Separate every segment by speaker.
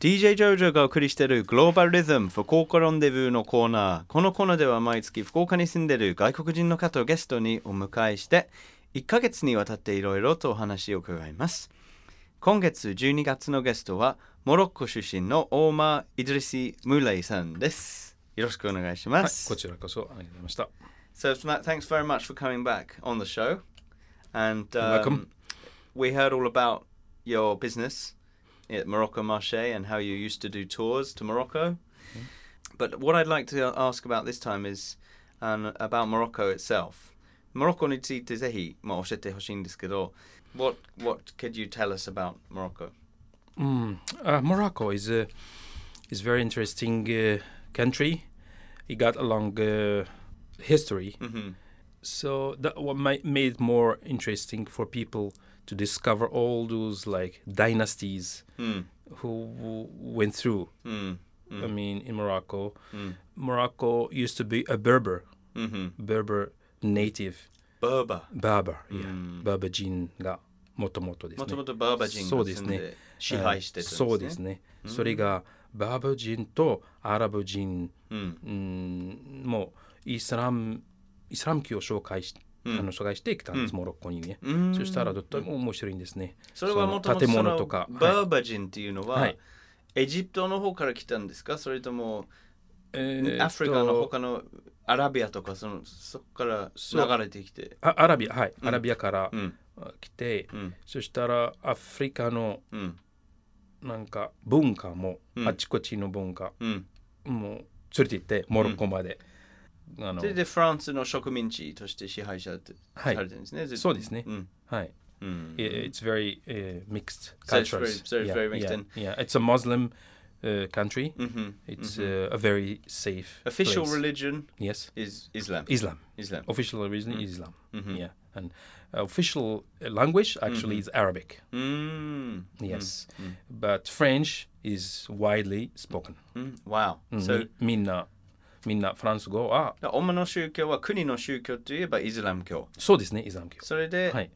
Speaker 1: DJ ジョージョがお送りしているグローバルリズム福岡ロンデブーのコーナーこのコーナーでは毎月福岡に住んでいる外国人の方をゲストにお迎えして1ヶ月にわたっていろいろとお話を伺います今月12月のゲストはモロッコ出身のオーマー・イドリシ・ムーレイさんですよろしくお願いし
Speaker 2: は
Speaker 1: ま
Speaker 2: い、
Speaker 1: す、
Speaker 2: こちらこそありがとうございました。
Speaker 1: So Matt, thanks very much for coming back on the show, and um,
Speaker 2: You're welcome.
Speaker 1: We heard all about your business at Morocco Marché and how you used to do tours to Morocco.
Speaker 2: Mm-hmm.
Speaker 1: But what I'd like to ask about this time is um, about Morocco itself. Morocco についてぜひ、まあ、教えてほしいんですけど what, what could you tell us about Morocco?
Speaker 2: Mm. Uh, Morocco is a is very interesting uh, country. It got a long uh, history,
Speaker 1: hmm
Speaker 2: so that what ma- made more interesting for people to discover all those like dynasties
Speaker 1: Mm,
Speaker 2: who w- went through.
Speaker 1: mm,
Speaker 2: I mean, in Morocco,
Speaker 1: mm,
Speaker 2: Morocco used to be a Berber,
Speaker 1: mm-hmm.
Speaker 2: Berber native
Speaker 1: Berber.
Speaker 2: バーバー、いうや
Speaker 1: ん
Speaker 2: バーバ人がもともとですね。
Speaker 1: もともとバーバ人が住ん
Speaker 2: そうです
Speaker 1: で支配してたんですね。
Speaker 2: そうですね。それがバーバ人とアラブ人、
Speaker 1: うん。
Speaker 2: うん、もうイスラムイスラム教を紹介し、
Speaker 1: うん
Speaker 2: あの紹介してきたんです、
Speaker 1: うん
Speaker 2: モロッコにね。
Speaker 1: うん
Speaker 2: そしたらとっても面白いんですね。
Speaker 1: それはもともと
Speaker 2: 建物とか
Speaker 1: その
Speaker 2: はい
Speaker 1: バーバ人っていうのは、
Speaker 2: はい
Speaker 1: エジプトの方から来たんですかそれとも、
Speaker 2: えーっと
Speaker 1: アフリカの他のアラビアとかそのそこから流れてきて
Speaker 2: あアラビアはい、アラビアから
Speaker 1: うん
Speaker 2: 来て、
Speaker 1: うん
Speaker 2: そしたらアフリカの
Speaker 1: うん
Speaker 2: なんか文化も、
Speaker 1: うん
Speaker 2: あちこちの文化
Speaker 1: うん
Speaker 2: もう連れて行ってモロッコまで、あの
Speaker 1: それでフランスの植民地として支配者って
Speaker 2: は
Speaker 1: さ
Speaker 2: い
Speaker 1: れてるんですね、ずっと
Speaker 2: そうですね
Speaker 1: うん
Speaker 2: はい。
Speaker 1: うん、
Speaker 2: Yeah, it's very uh, mixed
Speaker 1: So it's
Speaker 2: cultures.
Speaker 1: very- so it's
Speaker 2: yeah,
Speaker 1: very mixed
Speaker 2: yeah,
Speaker 1: in.
Speaker 2: yeah. it's a Muslim uh, country.
Speaker 1: うんふん
Speaker 2: It's uh, a very safe.
Speaker 1: Official
Speaker 2: place.
Speaker 1: religion
Speaker 2: Yes,
Speaker 1: is Islam
Speaker 2: Islam.
Speaker 1: Islam
Speaker 2: Official religion is Islam.
Speaker 1: Mhm.
Speaker 2: Yeah, and uh, official uh, language actually
Speaker 1: Mm-hmm.
Speaker 2: is Arabic.
Speaker 1: うん
Speaker 2: Yes,
Speaker 1: Mm-hmm.
Speaker 2: but French is widely spoken.
Speaker 1: う
Speaker 2: Mm-hmm.
Speaker 1: ん Wow、so
Speaker 2: Mi- Minna, minna, France go ah.
Speaker 1: 主の宗教は国の宗教といえばイスラム教
Speaker 2: So this is Islam.
Speaker 1: それで、
Speaker 2: はい。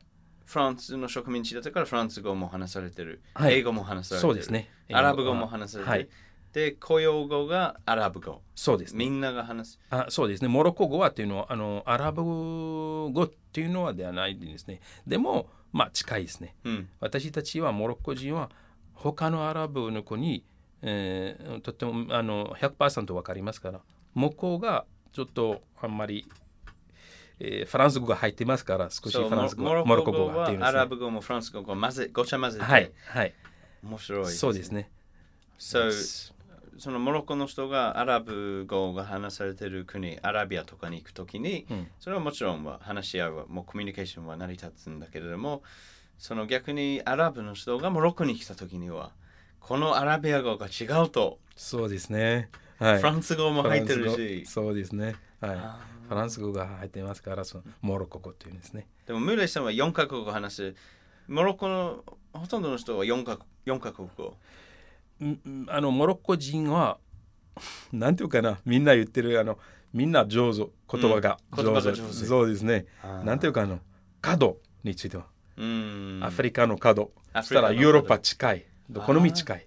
Speaker 1: フランスの植民地だったからフランス語も話されてる、
Speaker 2: はい
Speaker 1: 英語も話されてる
Speaker 2: そうですね
Speaker 1: アラブ
Speaker 2: Ah,
Speaker 1: 語も話されてる、
Speaker 2: はい
Speaker 1: で公用語がアラブ語
Speaker 2: そうですね。
Speaker 1: みんなが話す
Speaker 2: あそうですね、モロッコ語はっていうのはあのアラブ語っていうのはではないですね。でも、まあ近いですね。
Speaker 1: うん
Speaker 2: 私たちはモロッコ人は他のアラブの子に、えーとってもあの100%わかりますから、向こうがちょっとあんまり、えーフランス語が入ってますから、少し
Speaker 1: そう
Speaker 2: フランス語
Speaker 1: モロ
Speaker 2: モ
Speaker 1: モ
Speaker 2: ロ
Speaker 1: ロ
Speaker 2: ッ
Speaker 1: ッ
Speaker 2: コ
Speaker 1: コ
Speaker 2: 語
Speaker 1: 語
Speaker 2: がっ
Speaker 1: は
Speaker 2: ていうんですね
Speaker 1: アラブ語もフランス語も混ぜごちゃ混ぜて、
Speaker 2: はい、はい、
Speaker 1: 面白いですね
Speaker 2: そうですね。
Speaker 1: そう
Speaker 2: です
Speaker 1: そのモロッコの人がアラブ語が話されてる国アラビアとかに行くときに、
Speaker 2: うん
Speaker 1: それはもちろんは話し合うはもうコミュニケーションは成り立つんだけれどもその逆にアラブの人がモロッコに来たときにはこのアラビア語が違うと、
Speaker 2: そうですね。はい
Speaker 1: フランス語も入ってる
Speaker 2: フラン
Speaker 1: し
Speaker 2: ス語そうですね。はい
Speaker 1: あ。
Speaker 2: フランス語が入ってますから、そのモロッコ語っていうんですね。
Speaker 1: でもムーレイさんは4カ国語話すモロッコのほとんどの人は4カ国四カ国語
Speaker 2: うんうんあのモロッコ人は なんていうかな、みんな言ってるあのみんな上手言葉が
Speaker 1: うん
Speaker 2: 上
Speaker 1: 言葉
Speaker 2: 手,、
Speaker 1: が上手
Speaker 2: そうですね。
Speaker 1: あー
Speaker 2: なんていうかあの角については、
Speaker 1: うん
Speaker 2: アフリカの角。
Speaker 1: アフ
Speaker 2: そし
Speaker 1: リカの
Speaker 2: たら
Speaker 1: 角
Speaker 2: ヨーロッパ近い、どこのみ近い、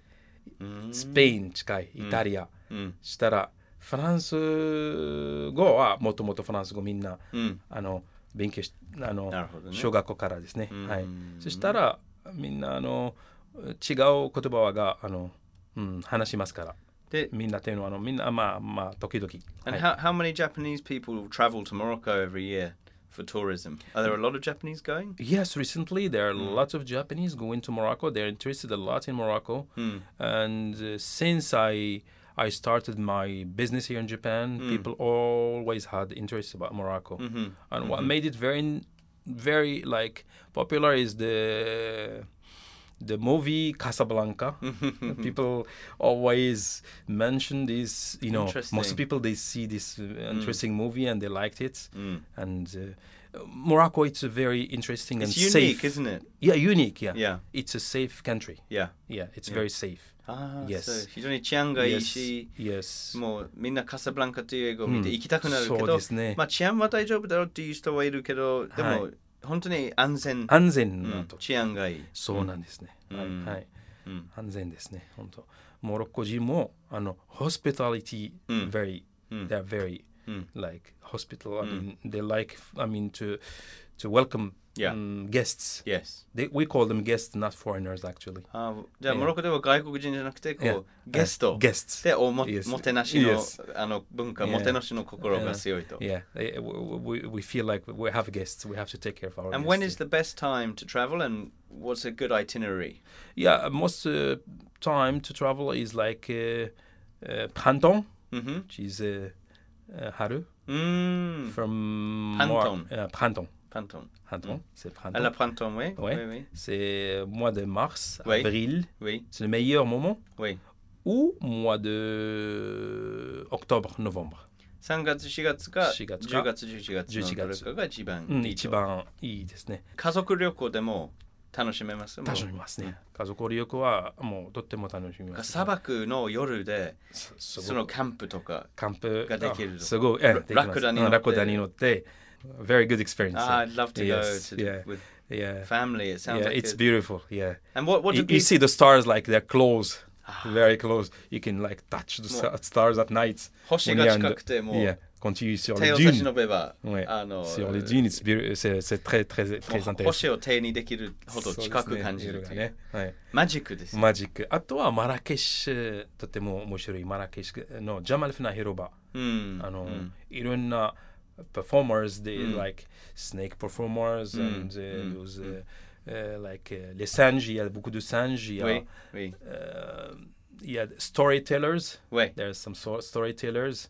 Speaker 1: うん
Speaker 2: スペイン近い、イタリア。
Speaker 1: うん
Speaker 2: したらフランス語はもともとフランス語みんな
Speaker 1: うん
Speaker 2: あの勉強しあの、
Speaker 1: なるほどね
Speaker 2: 小学校からですね、
Speaker 1: うん
Speaker 2: はい、そしたらみんなあの違う言葉があの、うん、話しますから
Speaker 1: で
Speaker 2: みんなというのはあのみんなまあまあ時々、
Speaker 1: And
Speaker 2: はい
Speaker 1: how, how many Japanese people travel to Morocco every year for tourism? Are there a lot of Japanese going?
Speaker 2: Yes, recently there are lots of Japanese going to Morocco. They're interested a lot in Morocco, and uh, since I I started my business here in Japan, people always had interest about Morocco. And what made it very very like popular is the the movie Casablanca. people always mention this. You know, most
Speaker 1: Interesting.
Speaker 2: people they see this uh, interesting movie and they liked it. And uh, Morocco, it's a very interesting
Speaker 1: It's
Speaker 2: and
Speaker 1: unique,
Speaker 2: safe.
Speaker 1: isn't it?
Speaker 2: Yeah, unique. Yeah.
Speaker 1: Yeah.
Speaker 2: It's a safe country.
Speaker 1: Yeah.
Speaker 2: Yeah, it's very safe.
Speaker 1: Ah,
Speaker 2: Yes.
Speaker 1: so 非常に治安がいいし、
Speaker 2: Yes.
Speaker 1: もうみんなカサブランカという映画を見て
Speaker 2: うん
Speaker 1: 行きたくなるけど、
Speaker 2: そうですね
Speaker 1: まあ治安は大丈夫だろうっていう人はいるけど、でも、
Speaker 2: は
Speaker 1: 本当に安全、
Speaker 2: 安全
Speaker 1: う
Speaker 2: なんと。
Speaker 1: 治安がいい。
Speaker 2: そうなんですね。
Speaker 1: ん
Speaker 2: はい、はい
Speaker 1: うん
Speaker 2: 安全ですね、本当。モロッコ人もあの hospitality
Speaker 1: Mm.
Speaker 2: very、they are very、like hospital
Speaker 1: Mm.
Speaker 2: I mean they like I mean to to welcome
Speaker 1: Yeah.
Speaker 2: um, guests
Speaker 1: Yes.
Speaker 2: they, we call them guests not foreigners actually
Speaker 1: あーじゃあ、モロッコでは外国人じゃなくて、こう、
Speaker 2: Yeah. Uh,
Speaker 1: ゲスト。
Speaker 2: Guests.
Speaker 1: で、おも、
Speaker 2: Yes.
Speaker 1: もてなしの、
Speaker 2: Yes.
Speaker 1: あの、文化、
Speaker 2: Yeah.
Speaker 1: もてなしの心が強いと。
Speaker 2: Uh, yeah eh, we, we, we feel like we have guests we have to take care of our
Speaker 1: And
Speaker 2: guests
Speaker 1: when is the best time to travel and what's a good itinerary?
Speaker 2: yeah most uh, time to travel is like uh, uh, printemps
Speaker 1: うんふん
Speaker 2: which is uh, uh, haru
Speaker 1: うーん。
Speaker 2: from
Speaker 1: Printemps.
Speaker 2: Mar- uh, printemps
Speaker 1: パントン。
Speaker 2: printemps c'est
Speaker 1: À la
Speaker 2: printemps
Speaker 1: printemps, oui.
Speaker 2: Ouais.
Speaker 1: Oui, oui.
Speaker 2: c'est euh, mois de mars
Speaker 1: Oui.
Speaker 2: avril
Speaker 1: Oui,
Speaker 2: c'est le meilleur moment
Speaker 1: oui.
Speaker 2: ou mois de octobre novembre
Speaker 1: 3月、4月か
Speaker 2: 4
Speaker 1: 10
Speaker 2: 月
Speaker 1: 月、
Speaker 2: か
Speaker 1: 11月のどれかが一番
Speaker 2: Hmm,
Speaker 1: いいと。
Speaker 2: 一番いいですね。
Speaker 1: 家族旅行でも楽しめますもう
Speaker 2: 楽しみますね。家族旅行はもうとっても楽しみます。
Speaker 1: 砂漠の夜で、そのキャンプとか。ができると。ラクダに乗って。
Speaker 2: Very good experience.
Speaker 1: Ah, I'd love to
Speaker 2: Yes,
Speaker 1: go to the,
Speaker 2: yeah.
Speaker 1: with
Speaker 2: Yeah.
Speaker 1: family. It sounds
Speaker 2: Yeah,
Speaker 1: like
Speaker 2: it's
Speaker 1: it-
Speaker 2: beautiful. Yeah.
Speaker 1: And what what
Speaker 2: You,
Speaker 1: would
Speaker 2: you
Speaker 1: be
Speaker 2: see the stars like they're close. Very close. You can like touch the
Speaker 1: More.
Speaker 2: sta- stars at night.
Speaker 1: 星が近くても
Speaker 2: Yeah. Quand tu es sur
Speaker 1: 手
Speaker 2: les
Speaker 1: を差し
Speaker 2: dunes.
Speaker 1: 伸べば、
Speaker 2: Ouais.
Speaker 1: あの
Speaker 2: Sur les dunes, it's beautiful. C'est- c'est très, très,
Speaker 1: もう
Speaker 2: très intéressant.
Speaker 1: 星を手にできるほど近く感じるという
Speaker 2: ねはい、
Speaker 1: マジックです。
Speaker 2: マジックあとはマラケシュとても面白いマラケシュのジャマルフナ広場
Speaker 1: うん、
Speaker 2: あの、
Speaker 1: うん
Speaker 2: いろんな performers they、
Speaker 1: うん
Speaker 2: like snake performers、
Speaker 1: うん
Speaker 2: and、
Speaker 1: うん
Speaker 2: those、uh, like uh, les singes il y a beaucoup de singes il y a,
Speaker 1: はいはい。
Speaker 2: euh, il y a storytellers
Speaker 1: はい
Speaker 2: there are some so storytellers、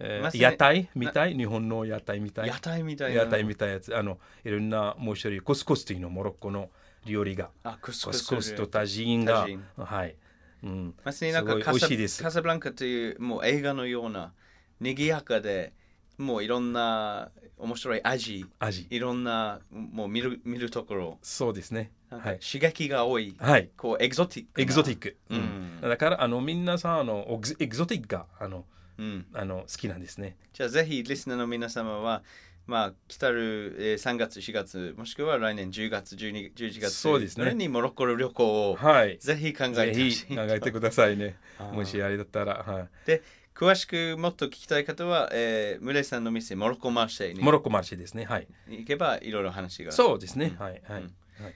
Speaker 2: uh,
Speaker 1: まさに
Speaker 2: 屋台みたい日本の屋台みたい
Speaker 1: 屋台みたいな。
Speaker 2: 屋台みたいなやつあのいろんな面白いコスコスというのモロッコの料理が
Speaker 1: あ、クス
Speaker 2: コ
Speaker 1: ク
Speaker 2: ス
Speaker 1: ス
Speaker 2: コスとタジーンが
Speaker 1: タジーン
Speaker 2: はい、うん、
Speaker 1: まさになんか
Speaker 2: すごい
Speaker 1: カ
Speaker 2: 美
Speaker 1: サ
Speaker 2: 味しいです
Speaker 1: カサブランカというもう映画のような賑やかでもういろんな面白い味
Speaker 2: 味
Speaker 1: いろんなもう見る見るところ
Speaker 2: そうですね
Speaker 1: なん
Speaker 2: は
Speaker 1: か
Speaker 2: い、
Speaker 1: 刺激が多い、
Speaker 2: はい、
Speaker 1: こうエキゾティック
Speaker 2: エキゾティ
Speaker 1: ッ
Speaker 2: ック、
Speaker 1: う
Speaker 2: うんんだからあのみんなさんあのオグエキゾティックがあの
Speaker 1: ク、うん、
Speaker 2: あの好きなんですね
Speaker 1: じゃあぜひリスナーの皆様はまあ来たる、えー3月4月もしくは来年10月12 11月
Speaker 2: そうですね
Speaker 1: にモロッコの旅行を
Speaker 2: はい
Speaker 1: ぜひ考えて
Speaker 2: ぜ
Speaker 1: ほ
Speaker 2: ひ
Speaker 1: しい
Speaker 2: 考えてくださいね
Speaker 1: あー
Speaker 2: もしあれだったら、は
Speaker 1: で詳しくもっと聞きたい方は、えー、ムレさんの店モロッコマーシェ
Speaker 2: い、
Speaker 1: に
Speaker 2: モロッコマルシェですねはい
Speaker 1: 行けばいろいろ話が
Speaker 2: そうですね、はいは
Speaker 1: う
Speaker 2: い、
Speaker 1: ん
Speaker 2: はい、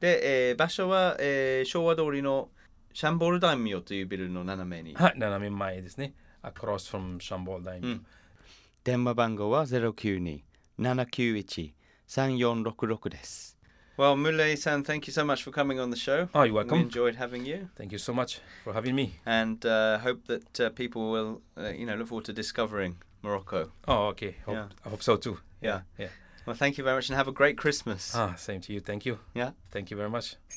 Speaker 1: で、えー場所は、えー昭和通りのシャンボル大名というビルの斜めに
Speaker 2: はい、斜め前ですね across from シャンボーダイム、
Speaker 1: うん電話番号は092-791-3466です。Well, Muley san, thank you so much for coming on the show.
Speaker 2: Oh,
Speaker 1: We
Speaker 2: you're welcome.
Speaker 1: enjoyed having you.
Speaker 2: Thank you so much for having me
Speaker 1: And uh, hope that uh, people will, uh, you know, look forward to discovering Morocco.
Speaker 2: Oh, okay. Hope,
Speaker 1: Yeah.
Speaker 2: I hope so too.
Speaker 1: Yeah.
Speaker 2: Yeah.
Speaker 1: Well, thank you very much and have a great Christmas.
Speaker 2: Ah, same to you. Thank you.
Speaker 1: Yeah.
Speaker 2: Thank you very much.